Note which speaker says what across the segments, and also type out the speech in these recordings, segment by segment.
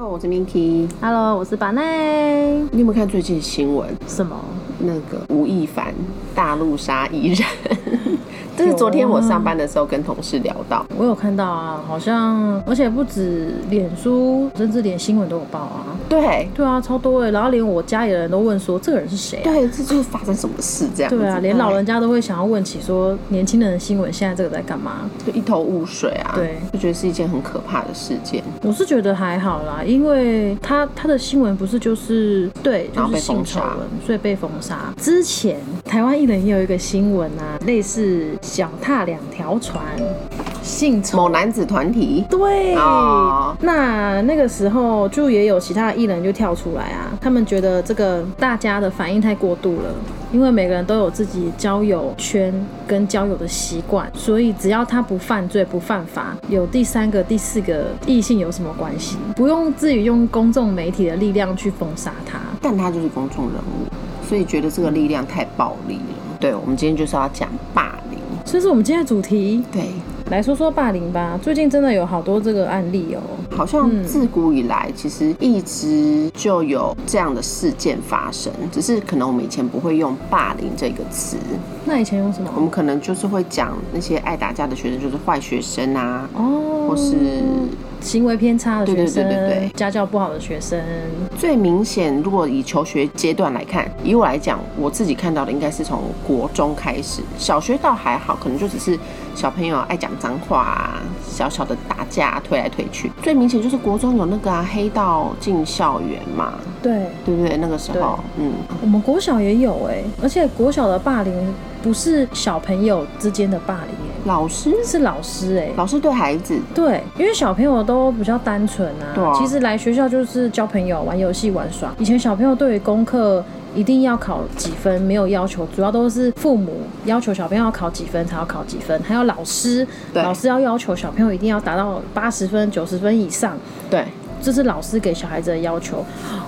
Speaker 1: 我是 Minky。
Speaker 2: Hello，我是板内。
Speaker 1: 你有没有看最近新闻？
Speaker 2: 什么？
Speaker 1: 那个吴亦凡大陆杀艺 人，这是昨天我上班的时候跟同事聊到。
Speaker 2: 我有看到啊，好像而且不止脸书，甚至连新闻都有报啊。
Speaker 1: 对
Speaker 2: 对啊，超多哎、然后连我家里的人都问说，这个人是谁啊？
Speaker 1: 对，这就是发生什么事这样子。
Speaker 2: 对啊，连老人家都会想要问起说，年轻人的新闻现在这个在干嘛？
Speaker 1: 就一头雾水啊。
Speaker 2: 对
Speaker 1: 就觉得是一件很可怕的事件。
Speaker 2: 我是觉得还好啦，因为他他的新闻不是就是对，
Speaker 1: 然
Speaker 2: 就
Speaker 1: 后被
Speaker 2: 是
Speaker 1: 封
Speaker 2: 性
Speaker 1: 杀
Speaker 2: 丑闻，所以被封杀。之前台湾艺人也有一个新闻啊，类似脚踏两条船，性丑
Speaker 1: 某男子团体，
Speaker 2: 对，
Speaker 1: 哦
Speaker 2: 那那个时候就也有其他艺人就跳出来啊，他们觉得这个大家的反应太过度了。因为每个人都有自己交友圈跟交友的习惯，所以只要他不犯罪、不犯法，有第三个、第四个异性有什么关系？不用至于用公众媒体的力量去封杀他。
Speaker 1: 但他就是公众人物，所以觉得这个力量太暴力了。对，我们今天就是要讲霸凌。
Speaker 2: 所以说，我们今天的主题
Speaker 1: 对，
Speaker 2: 来说说霸凌吧。最近真的有好多这个案例哦。
Speaker 1: 好像自古以来，其实一直就有这样的事件发生，只是可能我们以前不会用“霸凌”这个词，
Speaker 2: 那以前用什么
Speaker 1: 我？们可能就是会讲那些爱打架的学生就是坏学生啊，
Speaker 2: 哦，
Speaker 1: 或是
Speaker 2: 行为偏差的学生，
Speaker 1: 对对对对对
Speaker 2: 家教不好的学生，
Speaker 1: 最明显，如果以求学阶段来看，以我来讲，我自己看到的应该是从国中开始，小学倒还好，可能就只是小朋友爱讲脏话啊，小小的打架啊、推来推去。最明显就是国中有那个啊黑道进校园嘛，
Speaker 2: 对
Speaker 1: 对不对？那个时候，嗯，
Speaker 2: 我们国小也有哎、而且国小的霸凌不是小朋友之间的霸凌哎、
Speaker 1: 老师
Speaker 2: 是老师哎、
Speaker 1: 老师对孩子，
Speaker 2: 对，因为小朋友都比较单纯啊，
Speaker 1: 对啊
Speaker 2: 其实来学校就是交朋友、玩游戏、玩耍。以前小朋友对于功课一定要考几分没有要求，主要都是父母要求小朋友要考几分才要考几分，还有老师，
Speaker 1: 对
Speaker 2: 老师要要求小朋友一定要达到八十分、九十分以上。
Speaker 1: 对，
Speaker 2: 这是老师给小孩子的要求。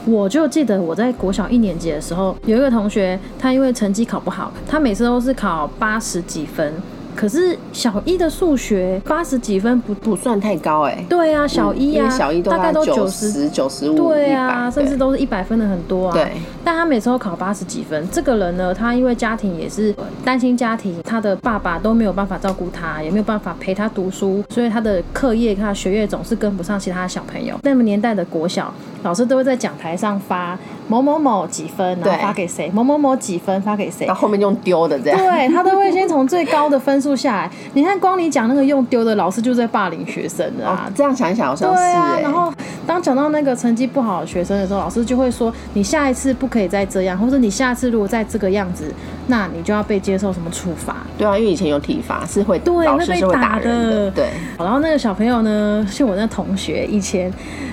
Speaker 2: 我就记得我在国小一年级的时候，有一个同学，他因为成绩考不好，他每次都是考八十几分。可是小一的数学八十几分不
Speaker 1: 不算太高哎、
Speaker 2: 对啊，小
Speaker 1: 嗯
Speaker 2: 一
Speaker 1: 因
Speaker 2: 啊，
Speaker 1: 为小一都
Speaker 2: 大概都
Speaker 1: 九
Speaker 2: 十，
Speaker 1: 十、九十五、
Speaker 2: 对
Speaker 1: 100
Speaker 2: 啊，甚至
Speaker 1: 对
Speaker 2: 都是一百分的很多啊。
Speaker 1: 对，
Speaker 2: 但他每次都考八十几分。这个人呢，他因为家庭也是呃单亲家庭，他的爸爸都没有办法照顾他，也没有办法陪他读书，所以他的课业、他的学业总是跟不上其他的小朋友。那个年代的国小老师都会在讲台上发某某某几分，然
Speaker 1: 对
Speaker 2: 后发给谁，某某某几分发给谁
Speaker 1: 然。后后面用丢的这样，
Speaker 2: 对他都 会先从最高的分数下来。你看，光你讲那个用丢的老师就在霸凌学生了啊
Speaker 1: 哦，，这样想一想好像是
Speaker 2: 对啊
Speaker 1: 哎、，
Speaker 2: 然后当讲到那个成绩不好的学生的时候，老师就会说：“你下一次不可以再这样，或者你下次如果再这个样子，那你就要被接受什么处罚。
Speaker 1: 对啊，因为以前有体罚是会，
Speaker 2: 对
Speaker 1: 老
Speaker 2: 会
Speaker 1: 师
Speaker 2: 被
Speaker 1: 是会打
Speaker 2: 打
Speaker 1: 人
Speaker 2: 的
Speaker 1: 对，”
Speaker 2: 然后那个小朋友呢，是我那同学，以前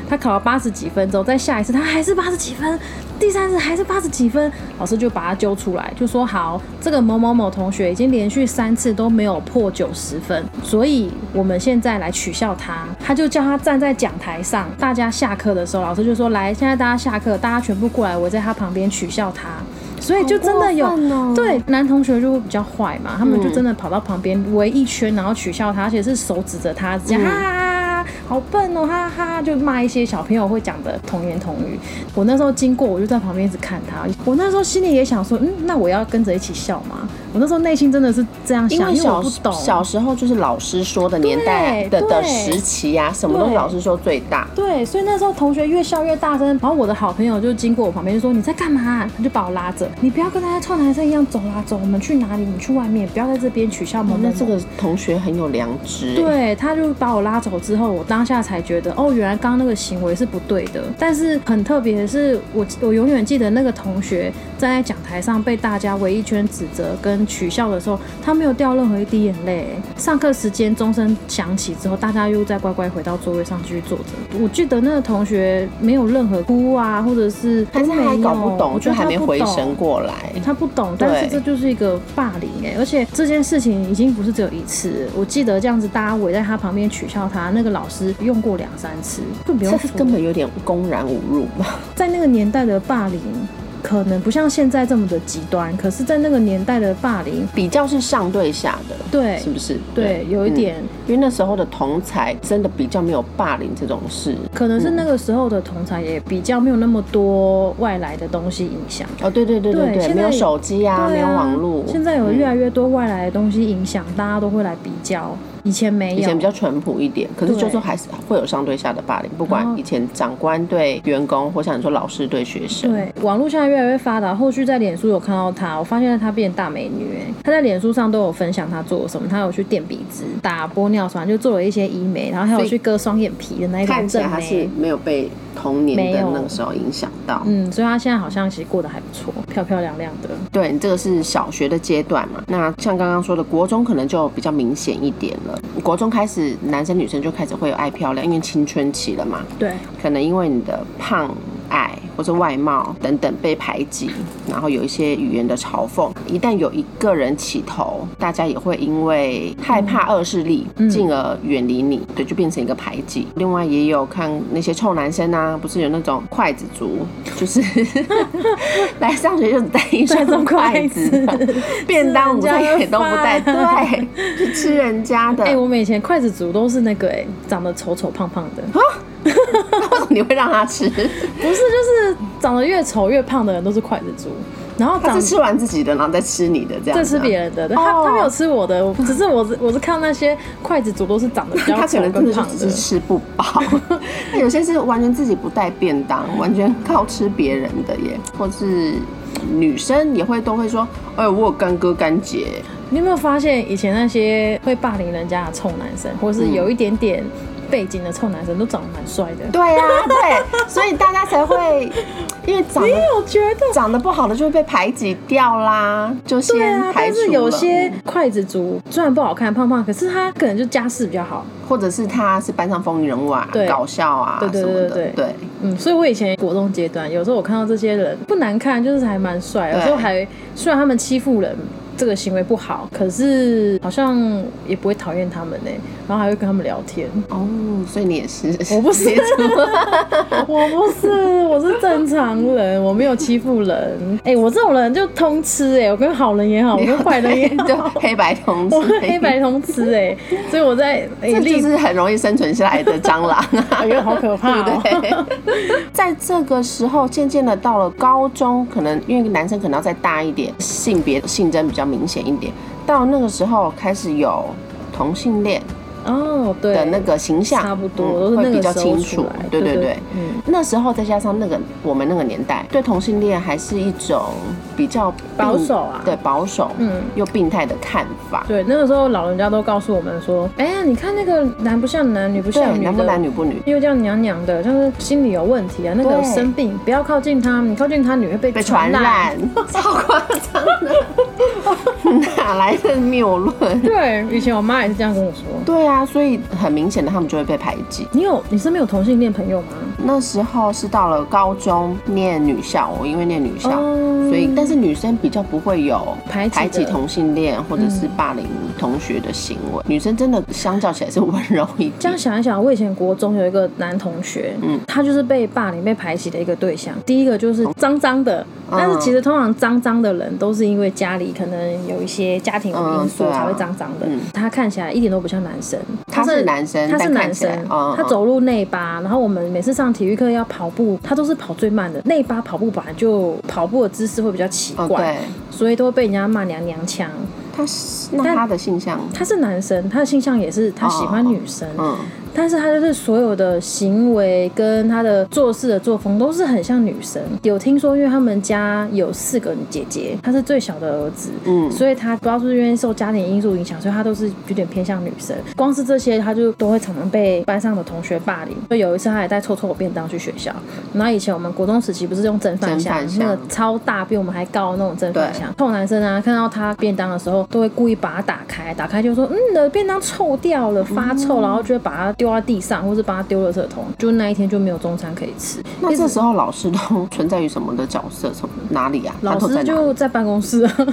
Speaker 2: 他考了八十几分之后，再下一次他还是八十几分，第三次还是八十几分，老师就把他揪出来，就说：“好，这个某某某同学已经连续三次都没有破九十分，所以我们现在来取笑他。”他就叫他站在讲台上，大家下课的时候，老师就说：“来，现在大家下课，大家全部过来围在他旁边取笑他。”所以就真的有、
Speaker 1: 好过分哦
Speaker 2: 对男同学就会比较坏
Speaker 1: 嗯
Speaker 2: 嘛，他们就真的跑到旁边围一圈，然后取笑他，而且是手指着他，这样、
Speaker 1: 嗯
Speaker 2: 哈哈哈哈，好笨哦，哈哈哈，就骂一些小朋友会讲的童言童语。我那时候经过，我就在旁边一直看他，我那时候心里也想说，嗯，那我要跟着一起笑吗？我那时候内心真的是这样
Speaker 1: 因
Speaker 2: 想，
Speaker 1: 为
Speaker 2: 因为
Speaker 1: 小
Speaker 2: 我不懂。
Speaker 1: 小时候就是老师说的年代的
Speaker 2: 对
Speaker 1: 的
Speaker 2: 对
Speaker 1: 时期啊，什么都是
Speaker 2: 对
Speaker 1: 老师说最大，
Speaker 2: 对，所以那时候同学越笑越大声，然后我的好朋友就经过我旁边就说：“你在干嘛啊、他就把我拉着，你不要跟大家臭男生一样走啦走，我们去哪里？你去外面，不要在这边取笑某某某。
Speaker 1: 那这个同学很有良知、欸，
Speaker 2: 对，他就把我拉走之后，我当下才觉得，哦，原来刚刚那个行为是不对的。但是很特别的是，我我永远记得那个同学站在讲台上被大家围一圈指责跟取笑的时候，他没有掉任何一滴眼泪。上课时间钟声响起之后，大家又再乖乖回到座位上继续坐着。我记得那个同学没有任何哭啊，或者是
Speaker 1: 但是他还搞不懂，
Speaker 2: 我觉
Speaker 1: 就
Speaker 2: 得他
Speaker 1: 还没
Speaker 2: 不
Speaker 1: 回
Speaker 2: 懂
Speaker 1: 神过来。
Speaker 2: 欸他不懂，
Speaker 1: 对
Speaker 2: 但是这就是一个霸凌哎、而且这件事情已经不是只有一次，我记得这样子大家围在他旁边取笑他，那个老师用过两三次，更不用
Speaker 1: 这是
Speaker 2: 说
Speaker 1: 根本有点公然侮辱吧？
Speaker 2: 在那个年代的霸凌。可能不像现在这么的极端，可是，在那个年代的霸凌，
Speaker 1: 比较是上对下的，
Speaker 2: 对
Speaker 1: 是不是？
Speaker 2: 对，有一
Speaker 1: 嗯
Speaker 2: 点、
Speaker 1: 因为那时候的同才真的比较没有霸凌这种事。
Speaker 2: 可能
Speaker 1: 嗯
Speaker 2: 是那个时候的同才也比较没有那么多外来的东西影响。
Speaker 1: 哦，对对对
Speaker 2: 对
Speaker 1: 对
Speaker 2: 现在
Speaker 1: 没有手机啊，
Speaker 2: 对
Speaker 1: 没有
Speaker 2: 啊
Speaker 1: 网络，
Speaker 2: 现在有越来
Speaker 1: 嗯
Speaker 2: 越多外来的东西影响，大家都会来比较。以前没有，
Speaker 1: 以前比较淳朴一点，可是
Speaker 2: 对
Speaker 1: 就说还是会有上对下的霸凌，不
Speaker 2: 然后
Speaker 1: 管以前长官对员工，或像你说老师对学生，
Speaker 2: 对，网络现在越来越发达。后续在脸书有看到她，我发现她变大美女、欸。她在脸书上都有分享她做了什么，她有去垫鼻子、打玻尿酸，就做了一些医美，然后还有
Speaker 1: 所以
Speaker 2: 去割双眼皮的那一
Speaker 1: 看
Speaker 2: 种
Speaker 1: 起来
Speaker 2: 正
Speaker 1: 他是
Speaker 2: 妹。
Speaker 1: 没有被童年
Speaker 2: 没
Speaker 1: 的
Speaker 2: 有
Speaker 1: 那个时候影响到。
Speaker 2: 嗯，所以她现在好像其实过得还不错，漂漂亮亮的。
Speaker 1: 对，这个是小学的阶段嘛。那像刚刚说的，国中可能就比较明显一点了。国中开始，男生女生就开始会有爱漂亮，因为青春期了嘛，
Speaker 2: 对，
Speaker 1: 可能因为你的胖矮或者外貌等等被排挤，然后有一些语言的嘲讽。一旦有一个人起头，大家也会因为害怕恶势力，
Speaker 2: 嗯
Speaker 1: 进而远离你，对，就变成一个排挤。另外也有看那些臭男生啊，不是有那种筷子族，就是 来上学就只带一
Speaker 2: 带着
Speaker 1: 双
Speaker 2: 筷
Speaker 1: 筷
Speaker 2: 子
Speaker 1: 子，便当午餐也都不带，
Speaker 2: 吃人家的饭
Speaker 1: 对，去吃人家的。
Speaker 2: 哎、我们以前筷子族都是那个、欸，长得丑丑胖胖 的，
Speaker 1: 那为什么你会让他 吃？
Speaker 2: 不是就是长得越丑越胖的人都是筷子族，然后
Speaker 1: 他
Speaker 2: 长
Speaker 1: 是吃完自己的，然后再吃你的这样
Speaker 2: 在
Speaker 1: 子
Speaker 2: 吃
Speaker 1: 啊。
Speaker 2: 别人的，对他
Speaker 1: 哦
Speaker 2: 他没有吃我的，我只是我是我是看那些筷子族都是长得比较
Speaker 1: 他
Speaker 2: 丑
Speaker 1: 可能真
Speaker 2: 跟
Speaker 1: 的就
Speaker 2: 胖
Speaker 1: 只
Speaker 2: 的
Speaker 1: 是。吃不饱， 那有些是完全自己不带便当，完全靠吃别人的耶，或是女生也会都会说，哎，我有干哥干姐，
Speaker 2: 你有没有发现以前那些会霸凌人家的臭男生，或
Speaker 1: 嗯
Speaker 2: 是有一点点背景的臭男生，都长得蛮帅的？
Speaker 1: 对啊呀、对，所以大家才会因为长
Speaker 2: 你
Speaker 1: 得
Speaker 2: 有觉得？
Speaker 1: 长得不好的就会被排挤掉啦，就
Speaker 2: 对
Speaker 1: 先
Speaker 2: 啊，
Speaker 1: 排
Speaker 2: 但
Speaker 1: 除了。
Speaker 2: 是有些筷子族虽然不好看，胖胖，可是他可能就家世比较好。
Speaker 1: 或者是他是班上风云人物啊
Speaker 2: 对，
Speaker 1: 搞笑啊
Speaker 2: 对对
Speaker 1: 什么
Speaker 2: 对
Speaker 1: 的，
Speaker 2: 对对嗯，所以我以前国中阶段，有时候我看到这些人不难看，就是还蛮帅，有时
Speaker 1: 对
Speaker 2: 候还虽然他们欺负人。这个行为不好，可是好像也不会讨厌他们呢、然后还会跟他们聊天。
Speaker 1: 哦，所以你也是，
Speaker 2: 我不是
Speaker 1: 你也是
Speaker 2: 我不是，我是正常人，我没有欺负人。哎、我这种人就通吃哎、我跟好人也好，我
Speaker 1: 你
Speaker 2: 跟坏人也
Speaker 1: 就
Speaker 2: 好，
Speaker 1: 黑白同志，
Speaker 2: 我跟黑白通吃哎、所以我在哎、
Speaker 1: 这
Speaker 2: 立
Speaker 1: 就是很容易生存下来的蟑螂啊
Speaker 2: 哎。呦好可怕、哦。
Speaker 1: 对不 对？在这个时候，渐渐的到了高中，可能因为男生可能要再大一点，性别性征比较明显一点。到那个时候开始有同性恋
Speaker 2: 哦，对，
Speaker 1: 的那个形象，
Speaker 2: 差不
Speaker 1: 嗯
Speaker 2: 多都是
Speaker 1: 会
Speaker 2: 那
Speaker 1: 比
Speaker 2: 个
Speaker 1: 较
Speaker 2: 时候
Speaker 1: 清
Speaker 2: 出
Speaker 1: 楚
Speaker 2: 来。。
Speaker 1: 对对对
Speaker 2: 对，，嗯，
Speaker 1: 那时候再加上那个我们那个年代，对同性恋还是一种比较病
Speaker 2: 保守啊
Speaker 1: 对保守，
Speaker 2: 嗯
Speaker 1: 嗯，又病态的看法。
Speaker 2: 对，那个时候老人家都告诉我们说，哎、呀，你看那个男不像男，女不
Speaker 1: 对
Speaker 2: 像，女
Speaker 1: 男不
Speaker 2: 的。
Speaker 1: 男女不女，
Speaker 2: 又叫娘娘的，就是心理有问题啊，那个有
Speaker 1: 对
Speaker 2: 生病，不要靠近他，你靠近他你会被
Speaker 1: 被传
Speaker 2: 染
Speaker 1: 染， 超夸张的，哪来的谬论？
Speaker 2: 对，以前我妈也是这样跟我说。
Speaker 1: 对啊，所以很明显的，他们就会被排挤。
Speaker 2: 你有你身边有同性恋朋友吗？
Speaker 1: 那时候是到了高中念女校，我因为念女校，
Speaker 2: 哦
Speaker 1: 所以但是女生比较不会有
Speaker 2: 排挤的
Speaker 1: 排挤同性恋或者是霸凌同学的行为。女生真的相较起来是温柔一
Speaker 2: 这
Speaker 1: 点
Speaker 2: 样。想一想，我以前国中有一个男同学，嗯
Speaker 1: 嗯，哦
Speaker 2: 他就是被霸凌、被排挤的一个对象。第一个就是脏脏的，
Speaker 1: 嗯
Speaker 2: 但是其实通常脏脏的人都是因为家里可能有一些家庭因素
Speaker 1: 嗯对啊
Speaker 2: 才会脏脏的。
Speaker 1: 嗯
Speaker 2: 他看起来一点都不像男生，
Speaker 1: 他是男生
Speaker 2: 他是
Speaker 1: 但
Speaker 2: 男
Speaker 1: 看起
Speaker 2: 生
Speaker 1: 来嗯，嗯
Speaker 2: 他走路内八，然后我们每次上体育课要跑步，他都是跑最慢的。内八跑步本来就跑步的姿势会比较奇
Speaker 1: 哦，
Speaker 2: 怪
Speaker 1: 对，，
Speaker 2: 所以都会被人家骂娘娘腔。
Speaker 1: 他是那
Speaker 2: 但
Speaker 1: 他的性向，
Speaker 2: 他是男生，他的性向也是他喜欢女生，
Speaker 1: 嗯，
Speaker 2: 但是他就是所有的行为跟他的做事的作风都是很像女生。有听说，因为他们家有四个姐姐，他是最小的儿子，
Speaker 1: 嗯
Speaker 2: 所以他不知道是不是因为受家庭因素影响，所以他都是有点偏向女生。光是这些，他就都会常常被班上的同学霸凌。就有一次，他还带臭臭便当去学校。然后以前我们国中时期不是用蒸饭箱
Speaker 1: 蒸饭，箱
Speaker 2: 那个超大，比我们还高的那种蒸饭
Speaker 1: 对
Speaker 2: 箱。臭男生啊，看到他便当的时候，都会故意把它打开，打开就说：“嗯，你的便当臭掉了，发臭。
Speaker 1: 哦
Speaker 2: 然后就会把它丢到地上，或是把它丢了圾桶。就那一天就没有中餐可以吃。
Speaker 1: 那
Speaker 2: 一直
Speaker 1: 这时候老师都存在于什么的角色？什么哪里啊？
Speaker 2: 老
Speaker 1: 馒头在哪
Speaker 2: 师
Speaker 1: 里？
Speaker 2: 就在办公室，啊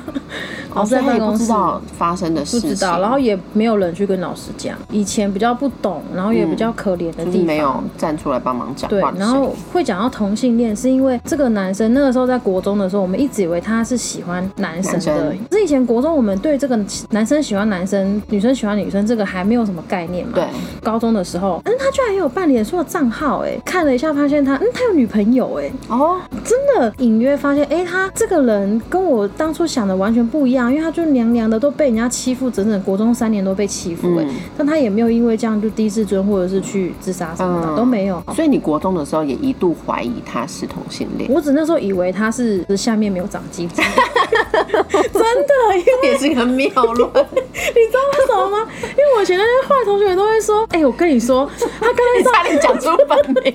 Speaker 2: 老
Speaker 1: 哦，
Speaker 2: 师
Speaker 1: 所
Speaker 2: 在
Speaker 1: 以他
Speaker 2: 办
Speaker 1: 也不
Speaker 2: 公
Speaker 1: 知
Speaker 2: 室。
Speaker 1: 道发生的
Speaker 2: 不
Speaker 1: 事情，
Speaker 2: 知道，然后也没有人去跟老师讲。以前比较不懂，然后也比较可怜的
Speaker 1: 就是
Speaker 2: 地
Speaker 1: 没
Speaker 2: 方
Speaker 1: 有。站出来帮忙讲
Speaker 2: 对
Speaker 1: 话，的
Speaker 2: 然
Speaker 1: 时候
Speaker 2: 后会讲到同性恋，是因为这个男生那个时候在国中的时候，我们一直以为他是喜欢男生的
Speaker 1: 男生。
Speaker 2: 可是以前国中我们对这个男生喜欢男生、女生喜欢女生这个还没有什么概念嘛。
Speaker 1: 对，
Speaker 2: 高中的时候，嗯，他居然也有办脸书的账号，哎，看了一下发现他，嗯，他有女朋友，哎，
Speaker 1: 哦，
Speaker 2: 真的隐约发现，哎、他这个人跟我当初想的完全不一样，因为他就娘娘的，都被人家欺负，整整国中三年都被欺负、哎、
Speaker 1: 嗯
Speaker 2: 但他也没有因为这样就低自尊或者是去自杀什么的、
Speaker 1: 嗯
Speaker 2: 都没有。
Speaker 1: 所以你国中的时候也一度怀疑他是同性恋，
Speaker 2: 我只那时候以为他是下面没有长鸡鸡， 真的，因为
Speaker 1: 也是个谬 论。
Speaker 2: 你知道为什么吗？因为我以前那些坏同学都会说，哎、我跟你说，他刚 才
Speaker 1: 你
Speaker 2: 上
Speaker 1: 差点讲出本 名，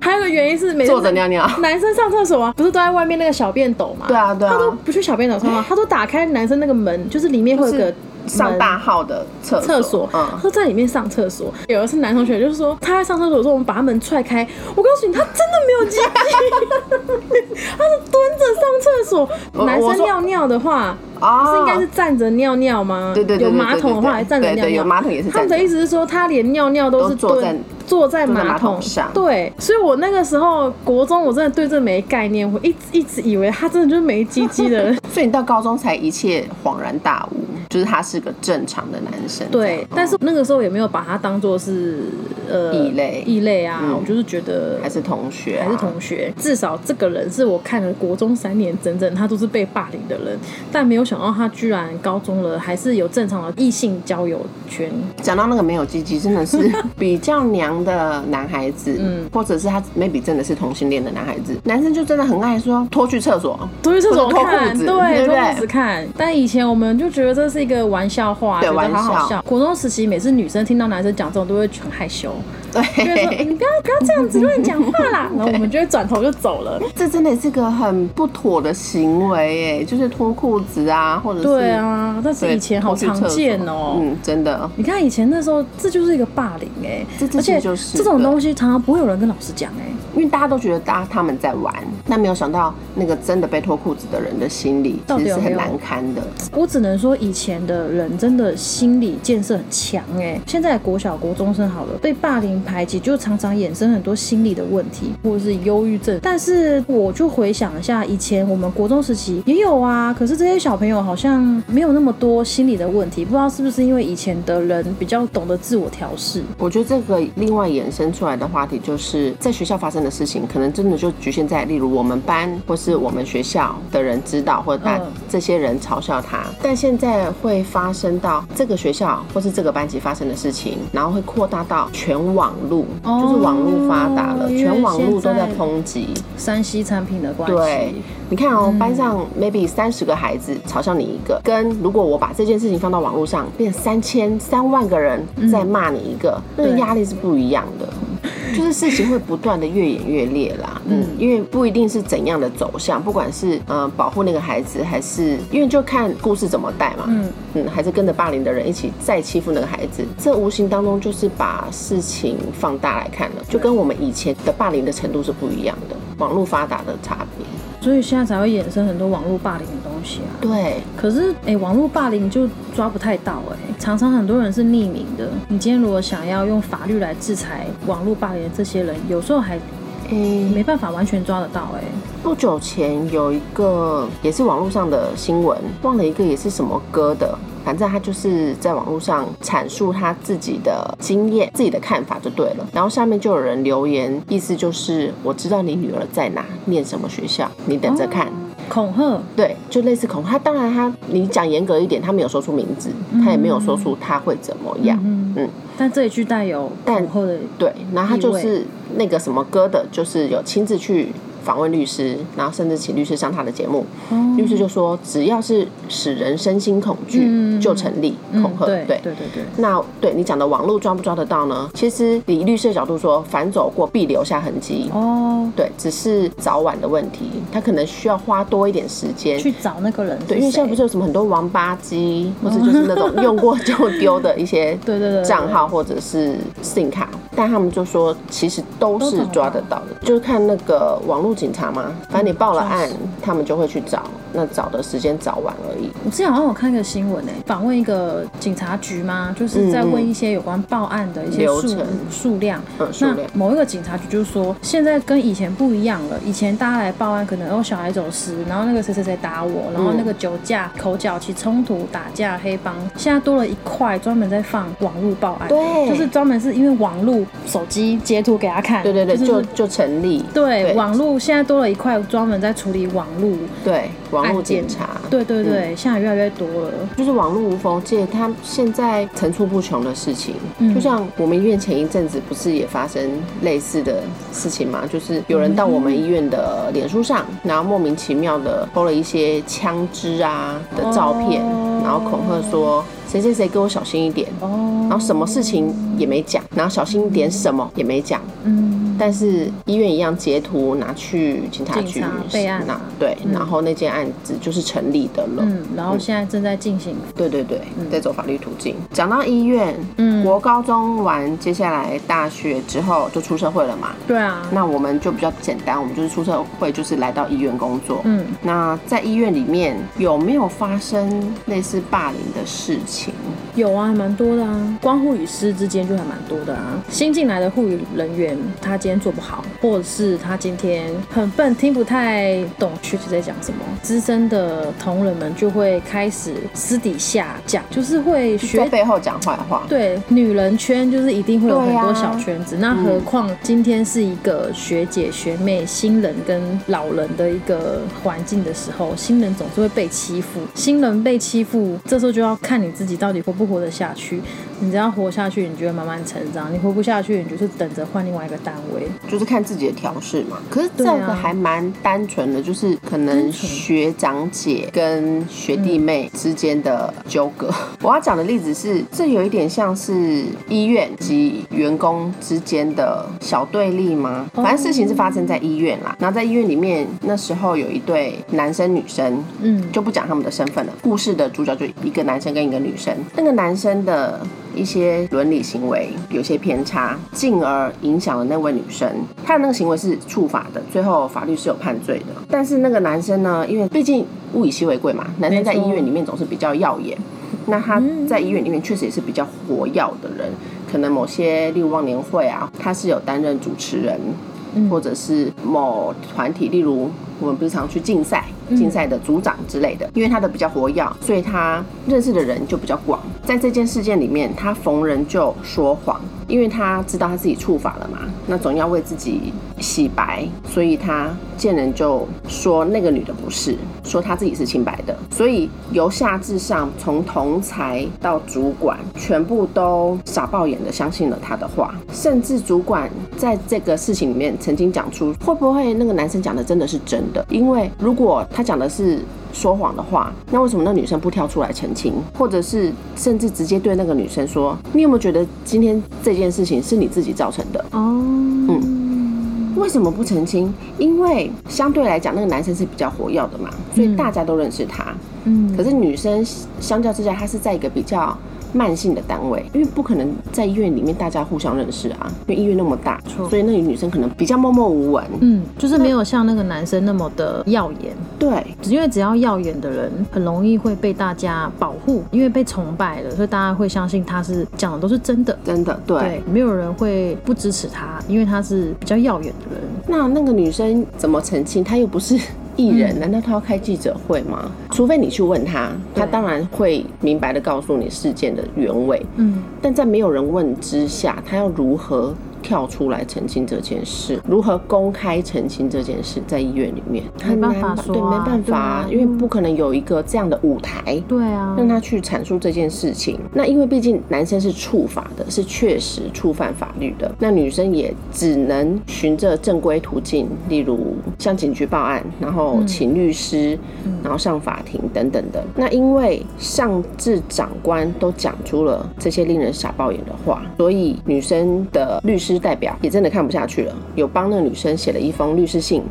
Speaker 2: 还有一个原因是每次
Speaker 1: 坐着尿尿
Speaker 2: 男生上厕所啊，不是都在外面那个小便斗嘛？
Speaker 1: 对啊对啊
Speaker 2: 他都不去小便斗上吗？他都打开男生那个门，就是里面会有个
Speaker 1: 就是上
Speaker 2: 门
Speaker 1: 大号的厕
Speaker 2: 厕所，他
Speaker 1: 嗯，
Speaker 2: 说在里面上厕所。有一次男同学就是说他在上厕所的时候，我们把他门踹开，我告诉你，他真的没有鸡鸡，他是蹲着上厕所。
Speaker 1: 我
Speaker 2: 男
Speaker 1: 我
Speaker 2: 生
Speaker 1: 说
Speaker 2: 尿尿的话，
Speaker 1: 哦
Speaker 2: 不是应该是站着尿尿吗？
Speaker 1: 对对对对
Speaker 2: 有马桶的话还站着
Speaker 1: 对对
Speaker 2: 尿
Speaker 1: 对
Speaker 2: 尿，
Speaker 1: 有马桶也是
Speaker 2: 他
Speaker 1: 站
Speaker 2: 们的
Speaker 1: 着
Speaker 2: 意思是说，他连尿尿都是
Speaker 1: 都坐
Speaker 2: 蹲
Speaker 1: 在
Speaker 2: 坐在
Speaker 1: 坐在
Speaker 2: 马
Speaker 1: 马
Speaker 2: 桶
Speaker 1: 桶上
Speaker 2: 对，所以我那个时候国中，我真的对这没概念，我一直一直以为他真的就是没鸡鸡的人。
Speaker 1: 所以你到高中才一切恍然大悟，就是他是个正常的男生。这
Speaker 2: 对
Speaker 1: 样，
Speaker 2: 但是
Speaker 1: 嗯
Speaker 2: 那个时候也没有把它当做是呃
Speaker 1: 异类
Speaker 2: 异类啊，
Speaker 1: 嗯
Speaker 2: 我就是觉得
Speaker 1: 还是同学啊，
Speaker 2: 还是同学，至少这个人是我看了国中三年整整他都是被霸凌的人，但没有想到他居然高中了还是有正常的异性交友圈，
Speaker 1: 讲到那个没有鸡鸡，真的 是比较娘的男孩子，嗯，或者是他 maybe 真的是同性恋的男孩子，男生就真的很爱说拖去厕 所，
Speaker 2: 所以这种
Speaker 1: 或者脱
Speaker 2: 看
Speaker 1: 裤子
Speaker 2: 对
Speaker 1: 对不对
Speaker 2: 脱裤子看，但以前我们就觉得这是一个玩笑话，
Speaker 1: 对
Speaker 2: 觉得好
Speaker 1: 玩
Speaker 2: 好
Speaker 1: 笑
Speaker 2: 笑。国中时期每次女生听到男生讲这种都会很 害羞，就会说、欸
Speaker 1: 对，
Speaker 2: 你不要不要这样子乱讲话 啦，然后我们就会转头就走了。
Speaker 1: 这真的是个很不妥的行为，哎，就是脱裤子啊，或者是
Speaker 2: 对，啊，但是
Speaker 1: 对
Speaker 2: 以前好
Speaker 1: 拖去厕
Speaker 2: 常
Speaker 1: 所
Speaker 2: 见哦、
Speaker 1: 嗯，真的，
Speaker 2: 你看以前那时候，这就是一个霸凌哎、
Speaker 1: 这这
Speaker 2: 而且
Speaker 1: 就是
Speaker 2: 这种
Speaker 1: 对
Speaker 2: 东西常常不会有人跟老师讲哎、
Speaker 1: 因为大家都觉得大家他们在玩，但没有想到那个真的被脱裤子的人的心理
Speaker 2: 到
Speaker 1: 其
Speaker 2: 底
Speaker 1: 实
Speaker 2: 有
Speaker 1: 是
Speaker 2: 没
Speaker 1: 很
Speaker 2: 有
Speaker 1: 难堪的，
Speaker 2: 我只能说以前的人真的心理建设很强哎、现在的国小国中生好了，被霸凌排挤就常常衍生很多心理的问题，或者是忧郁症。但是我就回想一下，以前我们国中时期也有啊，可是这些小朋友好像没有那么多心理的问题，不知道是不是因为以前的人比较懂得自我调试。
Speaker 1: 我觉得这个另外衍生出来的话题，就是在学校发生的事情，可能真的就局限在例如我们班或是我们学校的人知道，或者大、
Speaker 2: 嗯
Speaker 1: 这些人嘲笑他。但现在会发生到这个学校或是这个班级发生的事情，然后会扩大到全网络，
Speaker 2: 哦
Speaker 1: 就是网络发达了，
Speaker 2: 因为
Speaker 1: 全网络都在
Speaker 2: 现在
Speaker 1: 抨击。
Speaker 2: 山西产品的关
Speaker 1: 对
Speaker 2: 系，，
Speaker 1: 你看哦，班上 maybe 三十个孩子嘲笑你一个，跟如果我把这件事情放到网络上，变三千三万个人在骂你一个，那个
Speaker 2: 对
Speaker 1: 压力是不一样 的。就是事情会不断的越演越烈啦，嗯，因为不一定是怎样的走向，不管是呃保护那个孩子，还是因为就看故事怎么带嘛，嗯嗯，还是跟着霸凌的人一起再欺负那个孩子，这无形当中就是把事情放大来看了，就跟我们以前的霸凌的程度是不一样的，网络发达的差别。
Speaker 2: 所以现在才会衍生很多网络霸凌的东西啊。
Speaker 1: 对，
Speaker 2: 可是，哎、网络霸凌就抓不太到、哎，常常很多人是匿名的。你今天如果想要用法律来制裁网络霸凌的这些人，有时候还
Speaker 1: 诶、
Speaker 2: 没办法完全抓得到、
Speaker 1: 不久前有一个也是网络上的新闻，忘了一个也是什么歌的，反正他就是在网络上阐述他自己的经验、自己的看法就对了。然后下面就有人留言，意思就是我知道你女儿在哪，念什么学校，你等着看。
Speaker 2: 哎，恐吓，
Speaker 1: 对，就类似恐吓。他当然他，你讲严格一点，他没有说出名字，他也没有说出他会怎么样。
Speaker 2: 嗯
Speaker 1: 嗯
Speaker 2: 但这一句带有恐吓的，
Speaker 1: 对，然后他
Speaker 2: 地
Speaker 1: 就
Speaker 2: 位
Speaker 1: 是那个什么歌的，就是有亲自去访问律师，然后甚至请律师上他的节目。
Speaker 2: 哦
Speaker 1: 律师就说，只要是使人身心恐惧，
Speaker 2: 嗯
Speaker 1: 就成立恐吓。
Speaker 2: 对对对对，
Speaker 1: 那对你讲的网络抓不抓得到呢？其实以律师的角度说，反走过必留下痕迹。
Speaker 2: 哦，
Speaker 1: 对，只是早晚的问题，他可能需要花多一点时间
Speaker 2: 去找那个人是谁，哦
Speaker 1: 对，因为现在不是有什么很多王八机，或者就是那种用过就丢的一些 呃
Speaker 2: 对对对对对
Speaker 1: 账号或者是 SIM 卡，但他们就说其实都
Speaker 2: 都
Speaker 1: 是
Speaker 2: 找得
Speaker 1: 抓得到的，就是看那个网络警察嘛，反正你报了
Speaker 2: 嗯
Speaker 1: 案
Speaker 2: 就是，
Speaker 1: 他们就会去找，那找的时间早晚而已。
Speaker 2: 我之前好像有看一个新闻诶、访问一个警察局嘛，就是在问一些有关报案的一些
Speaker 1: 嗯流
Speaker 2: 数
Speaker 1: 程
Speaker 2: 数量。
Speaker 1: 嗯，数
Speaker 2: 那
Speaker 1: 量
Speaker 2: 某一个警察局就说，现在跟以前不一样了。以前大家来报案，可能哦小孩走失，然后那个谁谁谁打我，然后那个酒驾、口角起冲突、打架、黑帮，现在多了一块专门在放网络报案，
Speaker 1: 对
Speaker 2: 就是专门是因为网络手机截图给他看，
Speaker 1: 对对对，
Speaker 2: 就是
Speaker 1: 就就成立。
Speaker 2: 对
Speaker 1: 对
Speaker 2: 网络现在多了一块专门在处理网络，
Speaker 1: 对，网络
Speaker 2: 案件
Speaker 1: 警察。
Speaker 2: 对对对，现在越来越多了。
Speaker 1: 就是网络无缝界，它现在层出不穷的事情。
Speaker 2: 嗯
Speaker 1: 就像我们医院前一阵子不是也发生类似的事情吗？就是有人到我们医院的脸书上，然后莫名其妙的 p 了一些枪支啊的照片，
Speaker 2: 哦
Speaker 1: 然后恐吓说谁谁谁给我小心一点，
Speaker 2: 哦，
Speaker 1: 然后什么事情也没讲，然后小心一点什么也没讲，
Speaker 2: 嗯，
Speaker 1: 但是医院一样截图拿去警察
Speaker 2: 警
Speaker 1: 局
Speaker 2: 察备案
Speaker 1: 那对，
Speaker 2: 嗯
Speaker 1: 然后那件案子就是成立的了。
Speaker 2: 嗯，然后现在正在进行，
Speaker 1: 对对对，
Speaker 2: 嗯
Speaker 1: 在走法律途径。讲到医院，国高中完，接下来大学之后就出社会了嘛。
Speaker 2: 对啊，
Speaker 1: 那我们就比较简单，我们就是出社会，就是来到医院工作。
Speaker 2: 嗯，
Speaker 1: 那在医院里面有没有发生类似霸凌的事情？
Speaker 2: 有啊，还蛮多的啊。光护理师之间就还蛮多的啊。新进来的护理人员，他今天做不好，或者是他今天很笨，听不太懂学姐在讲什么，资深的同仁们就会开始私底下讲，就是会
Speaker 1: 在
Speaker 2: 学。
Speaker 1: 背后讲坏话？
Speaker 2: 对，女人圈就是一定会有很
Speaker 1: 对
Speaker 2: 多
Speaker 1: 啊
Speaker 2: 小圈子，那何况今天是一个学姐、学妹、新人跟老人的一个环境的时候，新人总是会被欺负，新人被欺负，这时候就要看你自己到底活不活得下去。你只要活下去，你就会慢慢成长；你活不下去，你就是等着换另外一个单位。
Speaker 1: 就是看自己的调试嘛。可是这
Speaker 2: 对啊
Speaker 1: 个还蛮单纯的，就是可能
Speaker 2: 单纯嗯
Speaker 1: 学长姐跟学弟妹之间的纠葛。 我要讲的例子是，这有一点像是医院及员工之间的小对立吗？
Speaker 2: 哦
Speaker 1: 反正事情是发生在医院啦。然后在医院里面，那时候有一对男生女生，
Speaker 2: 嗯，
Speaker 1: 就不讲他们的身份了。故事的主角就一个男生跟一个女生，那个男生的一些伦理行为有些偏差，进而影响了那位女生。他的那个行为是触法的，最后法律是有判罪的。但是那个男生呢，因为毕竟物以稀为贵嘛，男生在
Speaker 2: 没错
Speaker 1: 医院里面总是比较耀眼。那他在医院里面确实也是比较活跃的人，可能某些例如忘年会啊，他是有担任主持人，
Speaker 2: 嗯
Speaker 1: 或者是某团体，例如我们不是常去竞赛，竞赛的组长之类的，因为他的比较活跃，所以他认识的人就比较广。在这件事件里面，他逢人就说谎，因为他知道他自己触法了嘛，那总要为自己洗白，所以他见人就说那个女的不是，说他自己是清白的，所以由下至上，从同才到主管，全部都傻爆眼的相信了他的话，甚至主管在这个事情里面曾经讲出，会不会那个男生讲的真的是真的？因为如果他讲的是说谎的话，那为什么那女生不跳出来澄清，或者是甚至直接对那个女生说，你有没有觉得今天这件事情是你自己造成的？
Speaker 2: 哦，嗯
Speaker 1: 为什么不澄清？因为相对来讲，那个男生是比较活跃的嘛，所以大家都认识他。
Speaker 2: 嗯，
Speaker 1: 可是女生相较之下，她是在一个比较慢性的单位，因为不可能在医院里面大家互相认识啊，因为医院那么大
Speaker 2: 错，
Speaker 1: 所以那里女生可能比较默默无闻。
Speaker 2: 嗯，就是没有像那个男生那么的耀眼。
Speaker 1: 对，
Speaker 2: 因为只要耀眼的人，很容易会被大家保护，因为被崇拜了，所以大家会相信他是讲的都是真的。
Speaker 1: 真的对。
Speaker 2: 对，没有人会不支持他，因为他是比较耀眼的人。
Speaker 1: 那那个女生怎么澄清？她又不是艺人，啊难道她要开记者会吗？除非你去问她，她
Speaker 2: 嗯对
Speaker 1: 当然会明白的告诉你事件的原委。
Speaker 2: 嗯，
Speaker 1: 但在没有人问之下，他要如何跳出来澄清这件事？如何公开澄清这件事？在医院里面
Speaker 2: 没
Speaker 1: 很
Speaker 2: 办
Speaker 1: 难
Speaker 2: 法
Speaker 1: 吧
Speaker 2: 说
Speaker 1: 对，
Speaker 2: 啊
Speaker 1: 没办
Speaker 2: 对
Speaker 1: 法、
Speaker 2: 啊
Speaker 1: 因为不可能有一个这样的舞台。
Speaker 2: 对啊，
Speaker 1: 让他去阐述这件事情。那因为毕竟男生是触法的，是确实触犯法律的，那女生也只能循着正规途径，例如向警局报案，然后请律师，然后上法庭等等的。那因为上至长官都讲出了这些令人傻爆眼的话，所以女生的律师代表也真的看不下去了，有帮那个女生写了一封律师信。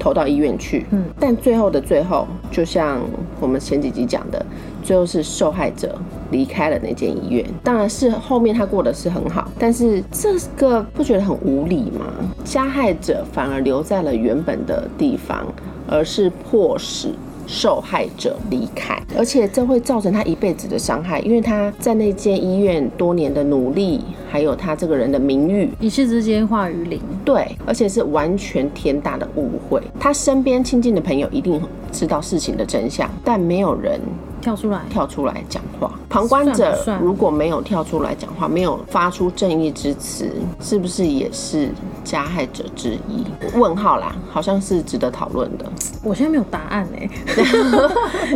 Speaker 1: 投到医院去。嗯，但最后的最后，就像我们前几集讲的，最后是受害者离开了那间医院。当然是后面他过得是很好，但是这个不觉得很无理吗？加害者反而留在了原本的地方，而是迫使。受害者离开，而且这会造成他一辈子的伤害，因为他在那间医院多年的努力，还有他这个人的名誉，
Speaker 2: 一夕之间化于零。
Speaker 1: 对，而且是完全天大的误会。他身边亲近的朋友一定知道事情的真相，但没有人
Speaker 2: 跳出来，
Speaker 1: 跳出来讲话。旁观者
Speaker 2: 算不算
Speaker 1: 如果没有跳出来讲话，没有发出正义之词，是不是也是加害者之一？问号啦，好像是值得讨论的。
Speaker 2: 我现在没有答案 哎、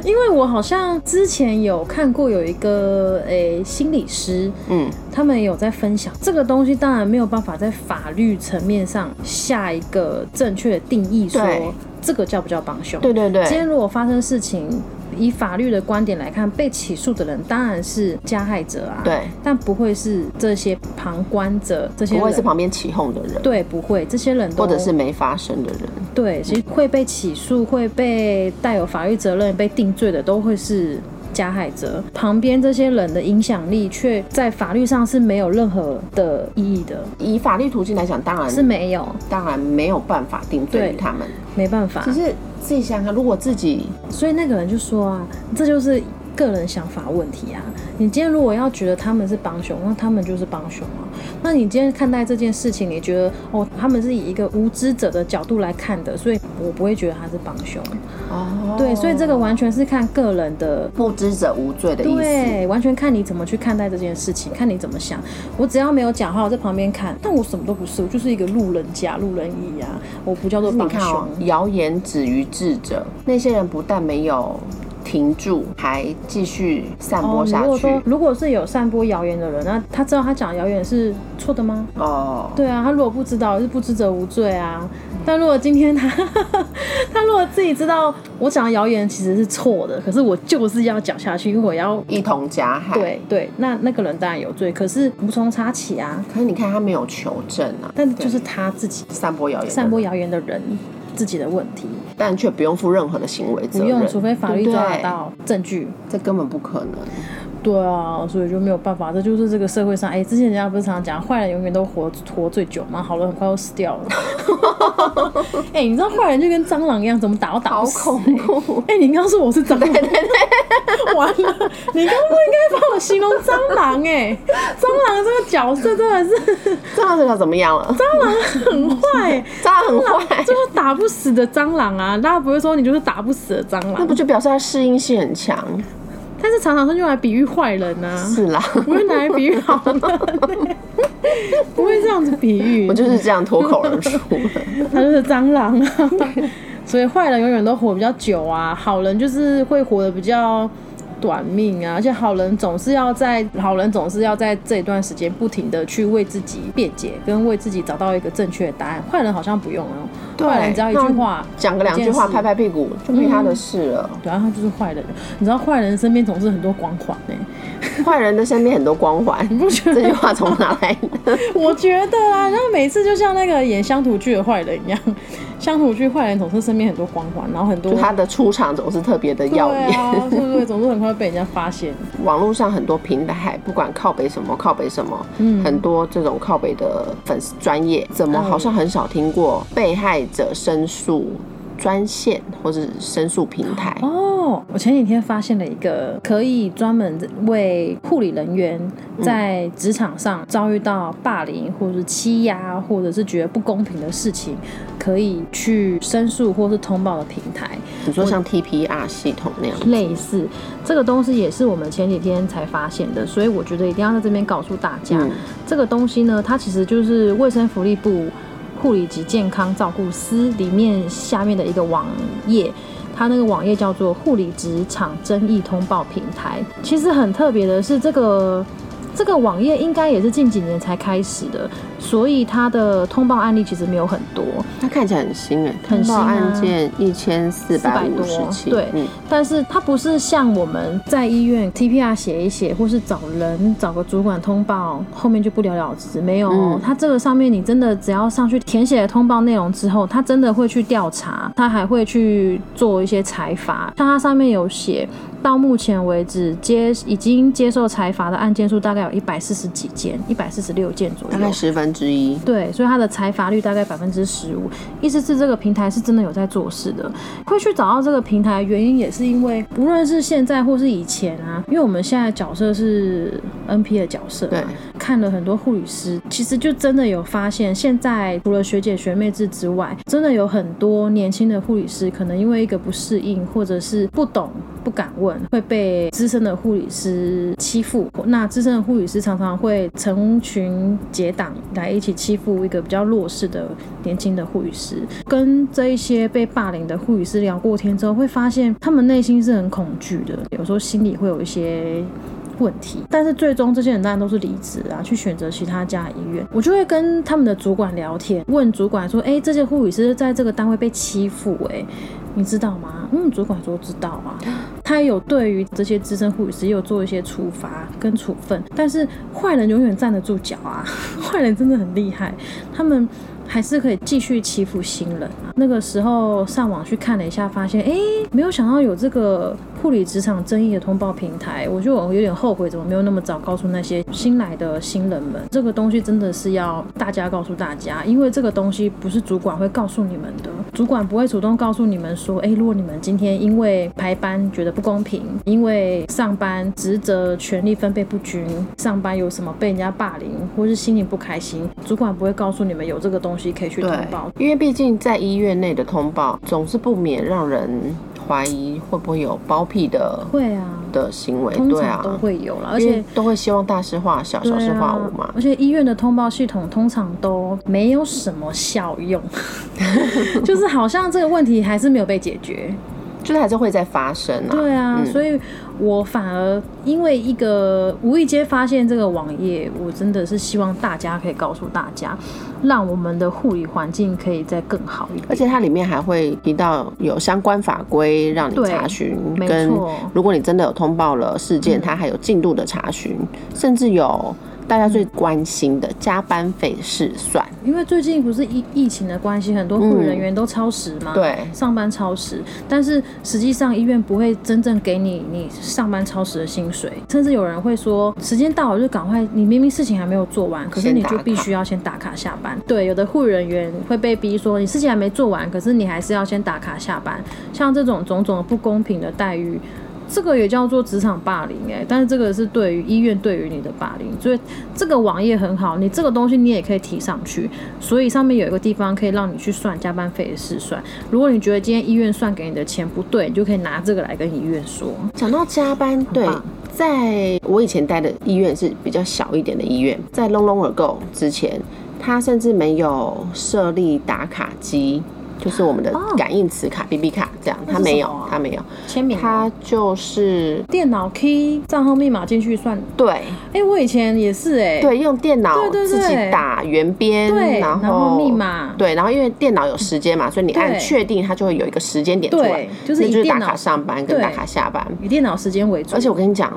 Speaker 2: 因为我好像之前有看过有一个诶、心理师，
Speaker 1: 嗯，
Speaker 2: 他们有在分享这个东西，当然没有办法在法律层面上下一个正确的定义说，
Speaker 1: 对
Speaker 2: 这个叫不叫帮凶。
Speaker 1: 对对
Speaker 2: 今
Speaker 1: 对，
Speaker 2: 天如果发生事情，以法律的观点来看，被起诉的人当然是加害者啊，，
Speaker 1: 对，
Speaker 2: 但不会是这些旁观者，这些
Speaker 1: 不
Speaker 2: 人
Speaker 1: 会是旁边起哄的人，
Speaker 2: 对，不会，这些人都
Speaker 1: 或者是没发生的人。
Speaker 2: 对，其实会被起诉、会被带有法律责任、被定罪的，都会是加害者。旁边这些人的影响力，却在法律上是没有任何的意义的，
Speaker 1: 以法律途径来讲，当然
Speaker 2: 是没有，
Speaker 1: 当然没有办法定罪于
Speaker 2: 对
Speaker 1: 他们。
Speaker 2: 没办法
Speaker 1: 可。是自己想想看，如果自己
Speaker 2: 所以那个人就说啊，这就是个人想法问题啊。你今天如果要觉得他们是帮凶，那他们就是帮凶啊。那你今天看待这件事情，你觉得哦，他们是以一个无知者的角度来看的，所以我不会觉得他是帮凶。
Speaker 1: 哦，
Speaker 2: 对，所以这个完全是看个人的
Speaker 1: 不知者无罪的意思。
Speaker 2: 对，完全看你怎么去看待这件事情，看你怎么想。我只要没有讲话，我在旁边看，但我什么都不是，我就是一个路人甲、路人乙啊，我不叫做
Speaker 1: 你
Speaker 2: 帮
Speaker 1: 看
Speaker 2: 凶。
Speaker 1: 哦，谣言止于智者，那些人不但没有停住，还继续散播
Speaker 2: 你
Speaker 1: 下
Speaker 2: 哦如果
Speaker 1: 去。
Speaker 2: 说如果是有散播谣言的人，那他知道他讲谣言是错的吗？
Speaker 1: 哦，
Speaker 2: 对啊，他如果不知道，是不知者无罪啊。但如果今天他 他如果自己知道我讲的谣言其实是错的，可是我就是要讲下去，因为我要
Speaker 1: 一同加害。，
Speaker 2: 对对，那那个人当然有罪，可是无从查起啊。
Speaker 1: 可是你看他没有求证啊，
Speaker 2: 但就是他自己
Speaker 1: 散播谣言的人，
Speaker 2: 散播谣言的人自己的问题，
Speaker 1: 但却不用负任何的行为责
Speaker 2: 不
Speaker 1: 任，
Speaker 2: 用，除非法律
Speaker 1: 对不
Speaker 2: 抓
Speaker 1: 对
Speaker 2: 得，到证据。
Speaker 1: 这根本不可能。
Speaker 2: 对啊，所以就没有办法，这就是这个社会上，哎，之前人家不是常讲，坏人永远都活活最久嘛，好人很快又死掉了。 哎、你知道坏人就跟蟑螂一样，怎么打都打不死、
Speaker 1: 好恐怖
Speaker 2: 哎、你刚说我是蟑螂， 完了，你刚刚不应该帮我形容蟑螂哎、蟑螂这个角色真的是
Speaker 1: 蟑 螂这条怎么样了？
Speaker 2: 很坏、
Speaker 1: 蟑螂很 坏，
Speaker 2: 就是打不死的蟑螂啊！大家不会说你就是打不死的蟑
Speaker 1: 那
Speaker 2: 螂
Speaker 1: 不，就表示它适应性很强？
Speaker 2: 但是常常是用来比喻坏人啊，
Speaker 1: 是啦，
Speaker 2: 不会拿来比喻好人、不会这样子比喻
Speaker 1: 我，就是这样脱口而出的。
Speaker 2: 他就是蟑螂啊。所以坏人永远都活比较久啊，好人就是会活得比较短命啊，而且好人总是要在好人总是要在这一段时间不停的去为自己辩解，跟为自己找到一个正确的答案。坏人好像不用哦，
Speaker 1: 对
Speaker 2: 坏人只要一句话，
Speaker 1: 讲个两句话，
Speaker 2: 一件事
Speaker 1: 拍拍屁股就没他的事了。
Speaker 2: 对啊，他就是坏人。你知道坏人身边总是很多光环欸呢、
Speaker 1: 坏人的身边很多光 环，你不
Speaker 2: 觉得
Speaker 1: 这句话从哪来 的？
Speaker 2: 我觉得啊，然后每次就像那个演乡土剧的坏人一样， 乡土剧坏人总是身边很多光环，然后很多
Speaker 1: 就他的出场总是特别的
Speaker 2: 对
Speaker 1: 耀眼。
Speaker 2: 啊， 对不对？总是很快被人家发现。
Speaker 1: 网络上很多平台，不管靠北什么靠北什么，
Speaker 2: 嗯
Speaker 1: 很多这种靠北的粉丝专业，怎么好像很少听过被害者申诉专线或是申诉平台？
Speaker 2: 哦，我前几天发现了一个可以专门为护理人员在职场上遭遇到霸凌，或者是欺压，或者是觉得不公平的事情，可以去申诉或是通报的平台。
Speaker 1: 你说像 TPR 系统那样，
Speaker 2: 类似这个东西也是我们前几天才发现的，所以我觉得一定要在这边告诉大家，
Speaker 1: 嗯
Speaker 2: 这个东西呢，它其实就是卫生福利部护理及健康照顾司里面下面的一个网页。它那个网页叫做护理职场争议通报平台。其实很特别的是，这个这个网页应该也是近几年才开始的，所以它的通报案例其实没有很多。
Speaker 1: 它看起来很新哎，
Speaker 2: 很
Speaker 1: 通
Speaker 2: 新
Speaker 1: 报
Speaker 2: 啊
Speaker 1: 案件一千四百
Speaker 2: 400
Speaker 1: 五
Speaker 2: 多
Speaker 1: 十七，
Speaker 2: 对
Speaker 1: 嗯，
Speaker 2: 但是它不是像我们在医院 TPR 写一写，或是找人找个主管通报，后面就不了了之。没有哦，
Speaker 1: 嗯
Speaker 2: 它这个上面你真的只要上去填写了通报内容之后，它真的会去调查，它还会去做一些采访。像它上面有写。到目前为止接已经接受裁罚的案件数大概有一百四十几件，一百四十六件左右，
Speaker 1: 大概十分之一。
Speaker 2: 对，所以它的财罚率大概百分之十五，意思是这个平台是真的有在做事的。会去找到这个平台，原因也是因为无论是现在或是以前啊，因为我们现在角色是 NP 的角色嘛，啊
Speaker 1: 对
Speaker 2: 看了很多护理师，其实就真的有发现，现在除了学姐学妹制之外，真的有很多年轻的护理师，可能因为一个不适应，或者是不懂、不敢问，会被资深的护理师欺负。那资深的护理师常常会成群结党来一起欺负一个比较弱势的年轻的护理师。跟这一些被霸凌的护理师聊过天之后，会发现他们内心是很恐惧的，有时候心里会有一些问题，但是最终这些人当然都是离职啊，去选择其他家医院。我就会跟他们的主管聊天，问主管说：“哎、这些护理师在这个单位被欺负、哎，你知道吗？”嗯，主管说知道啊。他也有对于这些资深护理师也有做一些处罚跟处分，但是坏人永远站得住脚啊， 坏人真的很厉害，他们。还是可以继续欺负新人啊！那个时候上网去看了一下，发现哎，诶没有想到有这个护理职场争议的通报平台，我就有点后悔，怎么没有那么早告诉那些新来的新人们？这个东西真的是要大家告诉大家，因为这个东西不是主管会告诉你们的，主管不会主动告诉你们说，哎，如果你们今天因为排班觉得不公平，因为上班职责权利分配不均，上班有什么被人家霸凌，或是心里不开心，主管不会告诉你们有这个东西可以去通
Speaker 1: 对
Speaker 2: 报，，
Speaker 1: 因为毕竟在医院内的通报总是不免让人怀疑会不会有包庇的
Speaker 2: 会啊。
Speaker 1: 的行为，
Speaker 2: 通
Speaker 1: 对
Speaker 2: 常
Speaker 1: 啊
Speaker 2: 都，会有了，而
Speaker 1: 因
Speaker 2: 且
Speaker 1: 为都会希望大事化小，小
Speaker 2: 对
Speaker 1: 事
Speaker 2: 啊，
Speaker 1: 化无嘛。
Speaker 2: 而且医院的通报系统通常都没有什么效用， 就是好像这个问题还是没有被解决。
Speaker 1: 就是还是会再发生啊。
Speaker 2: 对啊，所以我反而因为一个无意间发现这个网页，我真的是希望大家可以告诉大家，让我们的护理环境可以再更好一点。
Speaker 1: 而且它里面还会提到有相关法规让你
Speaker 2: 对
Speaker 1: 查询，
Speaker 2: 没
Speaker 1: 跟
Speaker 2: 错嗯
Speaker 1: 如果你真的有通报了事件，它还有进度的查询，甚至有大家最关心的加班费试算。
Speaker 2: 因为最近不是疫疫情的关系，很多护理人员都超时嘛，
Speaker 1: 嗯对
Speaker 2: 上班超时。但是实际上医院不会真正给你你上班超时的薪水，甚至有人会说时间到了就赶快，你明明事情还没有做完，可是
Speaker 1: 先
Speaker 2: 你
Speaker 1: 打
Speaker 2: 就必
Speaker 1: 卡
Speaker 2: 须要先打卡下班。对，有的护理人员会被逼说你事情还没做完，可是你还是要先打卡下班。像这种种种的不公平的待遇。这个也叫做职场霸凌哎、但是这个是对于医院对于你的霸凌，所以这个网页很好，你这个东西你也可以提上去，所以上面有一个地方可以让你去算加班费的试算。如果你觉得今天医院算给你的钱不对，你就可以拿这个来跟医院说。
Speaker 1: 讲到加班，对
Speaker 2: 棒，
Speaker 1: 在我以前待的医院是比较小一点的医院，在 Long Long Ago 之前，它甚至没有设立打卡机，就是我们的
Speaker 2: 哦
Speaker 1: 感应磁卡、BB 卡这样，
Speaker 2: 那
Speaker 1: 它
Speaker 2: 是
Speaker 1: 没
Speaker 2: 什
Speaker 1: 有
Speaker 2: 么啊，
Speaker 1: 它没有，
Speaker 2: 签名吗，
Speaker 1: 它就是
Speaker 2: 啊电脑 key 账号密码进去算。
Speaker 1: 对
Speaker 2: 哎、我以前也是哎、
Speaker 1: 对，用电脑
Speaker 2: 对对对
Speaker 1: 自己打圆边，
Speaker 2: 对
Speaker 1: 然
Speaker 2: 然后密码
Speaker 1: 对，然后因为电脑有时间嘛，所以你
Speaker 2: 对
Speaker 1: 按确定，它就会有一个时间点出来
Speaker 2: 对，就是
Speaker 1: 那
Speaker 2: 以
Speaker 1: 就是
Speaker 2: 电
Speaker 1: 打
Speaker 2: 脑
Speaker 1: 卡上班跟
Speaker 2: 对
Speaker 1: 打卡下班。
Speaker 2: 以电脑时间为主，
Speaker 1: 而且我跟你讲，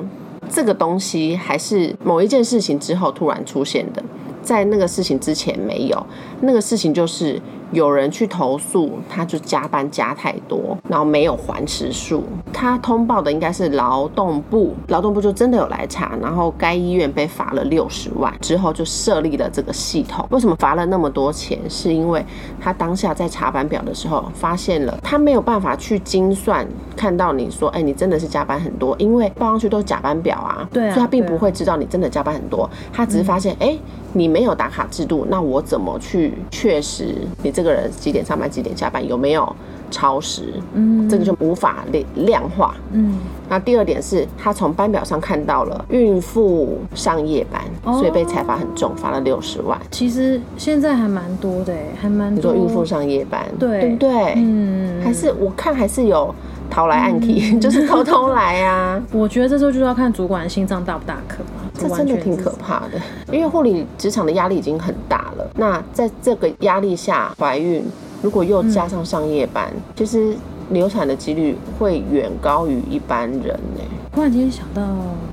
Speaker 1: 这个东西还是某一件事情之后突然出现的，在那个事情之前没有。那个事情就是有人去投诉，他就加班加太多，然后没有还时数。他通报的应该是劳动部，劳动部就真的有来查，然后该医院被罚了六十万，之后就设立了这个系统。为什么罚了那么多钱？是因为他当下在查班表的时候发现了，他没有办法去精算，看到你说，哎、你真的是加班很多，因为报上去都是假班表啊，
Speaker 2: 对啊
Speaker 1: 所以他并
Speaker 2: 对啊
Speaker 1: 不会知道你真的加班很多，他只是发现，哎、你没有打卡制度，那我怎么去确实你这个人几点上班几点下班有没有超时？嗯，这个就无法量量化。
Speaker 2: 嗯，
Speaker 1: 那第二点是，他从班表上看到了孕妇上夜班，
Speaker 2: 哦
Speaker 1: 所以被裁罚很重，罚了六十万。
Speaker 2: 其实现在还蛮多的哎、还蛮
Speaker 1: 你
Speaker 2: 多。
Speaker 1: 说孕妇上夜班，
Speaker 2: 哦对
Speaker 1: 对不对？
Speaker 2: 嗯，
Speaker 1: 还是我看还是有逃来暗 k 就是偷偷来 啊，
Speaker 2: 我觉得这时候就是要看主管心脏大不大颗嘛，
Speaker 1: 这真的挺可怕的。因为护理职场的压力已经很大了，那在这个压力下怀孕，如果又加上上夜班，
Speaker 2: 嗯
Speaker 1: 其实流产的几率会远高于一般人呢、欸
Speaker 2: 突然间想到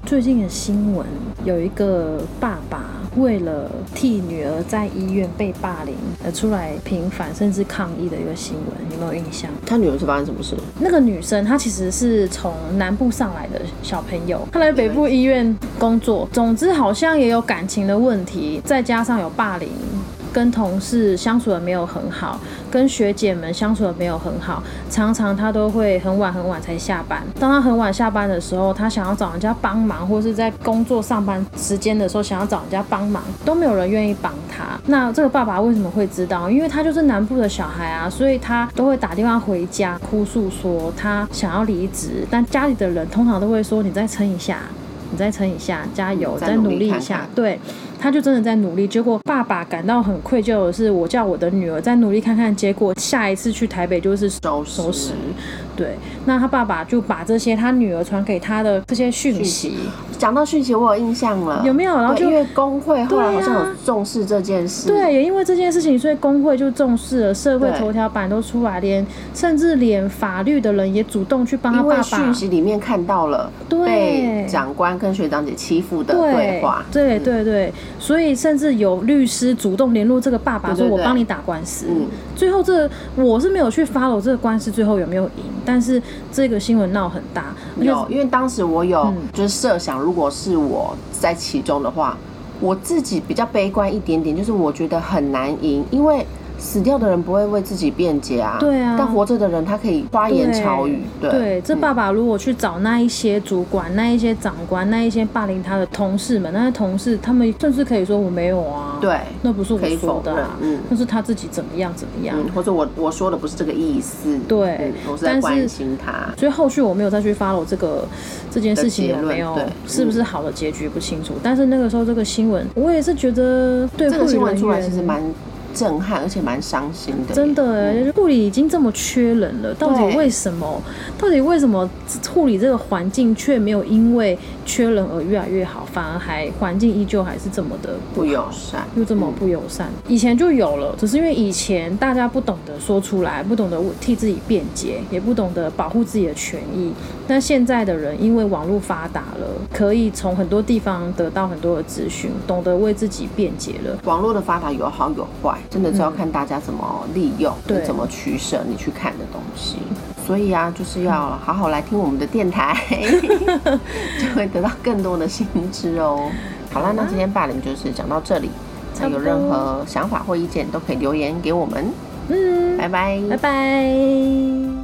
Speaker 2: 最近的新闻，有一个爸爸为了替女儿在医院被霸凌而出来平反甚至抗议的一个新闻，有没有印象？
Speaker 1: 他女儿是发生什么事？
Speaker 2: 那个女生她其实是从南部上来的小朋友，她来北部医院工作，总之好像也有感情的问题，再加上有霸凌。跟同事相处的没有很好，跟学姐们相处的没有很好，常常她都会很晚很晚才下班。当她很晚下班的时候，她想要找人家帮忙，或是在工作上班时间的时候想要找人家帮忙，都没有人愿意帮她。那这个爸爸为什么会知道？因为他就是南部的小孩啊，所以他都会打电话回家哭诉说他想要离职，但家里的人通常都会说你再撑一下。你再撑一下，加油，
Speaker 1: 嗯再
Speaker 2: 再
Speaker 1: 努
Speaker 2: 努
Speaker 1: 力
Speaker 2: 力一
Speaker 1: 看
Speaker 2: 下。
Speaker 1: 看
Speaker 2: 对，他就真的在努力。结果爸爸感到很愧疚的是，我叫我的女儿再努力看看，结果下一次去台北就是
Speaker 1: 收拾
Speaker 2: 收拾。对，那他爸爸就把这些他女儿传给他的这些讯
Speaker 1: 讯
Speaker 2: 息
Speaker 1: 息，嗯讲到讯息，我有印象了，
Speaker 2: 有没有然后
Speaker 1: 对
Speaker 2: 就
Speaker 1: 因为工会后来
Speaker 2: 对啊
Speaker 1: 好像有重视这件事，
Speaker 2: 对，也因为这件事情，所以工会就重视了，社会
Speaker 1: 对
Speaker 2: 头条版都出来，连甚至连法律的人也主动去帮他
Speaker 1: 因
Speaker 2: 爸
Speaker 1: 为
Speaker 2: 爸。
Speaker 1: 讯息里面看到了
Speaker 2: 对
Speaker 1: 被长官跟学长姐欺负的对话，
Speaker 2: 对对对，所以甚至有律师主动联络这个爸爸，
Speaker 1: 对
Speaker 2: 说
Speaker 1: 对
Speaker 2: 我
Speaker 1: 对
Speaker 2: 帮你打官司。
Speaker 1: 嗯
Speaker 2: 最后这我是没有去 follow 这个官司最后有没有赢，但是这个新闻闹很大，而且
Speaker 1: 有，因为当时我有
Speaker 2: 嗯
Speaker 1: 就是设想，如果是我在其中的话，我自己比较悲观一点点，就是我觉得很难赢，因为死掉的人不会为自己辩解啊，
Speaker 2: 对啊
Speaker 1: 但活着的人他可以花言巧语，对，
Speaker 2: 对，这
Speaker 1: 嗯
Speaker 2: 爸爸如果去找那一些主管、那一些长官、那一些霸凌他的同事们，那些同事他们甚至可以说我没有啊，，
Speaker 1: 对，
Speaker 2: 那不是我
Speaker 1: 可以
Speaker 2: 说
Speaker 1: 否
Speaker 2: 的、
Speaker 1: 认
Speaker 2: 啊，，
Speaker 1: 嗯
Speaker 2: 那是他自己怎么样怎么样。
Speaker 1: 嗯，或者我我说的不是这个意思，
Speaker 2: 对
Speaker 1: 嗯我是在
Speaker 2: 但是
Speaker 1: 关心他，
Speaker 2: 所以后续我没有再去 follow 这个这件事情有没有
Speaker 1: 的结论对
Speaker 2: 是不是好的结局不清楚，但是那个时候这个新闻我也是觉得对
Speaker 1: 这个
Speaker 2: 护理
Speaker 1: 新闻
Speaker 2: 人
Speaker 1: 出来
Speaker 2: 员
Speaker 1: 其实蛮震撼，而且蛮伤心的，
Speaker 2: 真的哎、就是护理已经这么缺人了，到底
Speaker 1: 对
Speaker 2: 为什么？到底为什么护理这个环境却没有因为缺人而越来越好，反而还环境依旧还是这么的
Speaker 1: 不友善，
Speaker 2: 又这么不友善？以前就有了，只是因为以前大家不懂得说出来，不懂得替自己辩解，也不懂得保护自己的权益。但现在的人因为网络发达了，可以从很多地方得到很多的资讯，懂得为自己辩解了。
Speaker 1: 网络的发达有好有坏，真的是要看大家怎么利用，
Speaker 2: 嗯对
Speaker 1: 你怎么取舍你去看的东西。所以啊，就是要好好来听我们的电 台，就会得到更多的新知哦。好啦，那今天霸凌就是讲到这里，
Speaker 2: 啊差
Speaker 1: 那
Speaker 2: 不
Speaker 1: 有
Speaker 2: 多
Speaker 1: 任何想法或意见都可以留言给我们，
Speaker 2: 嗯，
Speaker 1: 拜拜
Speaker 2: 拜拜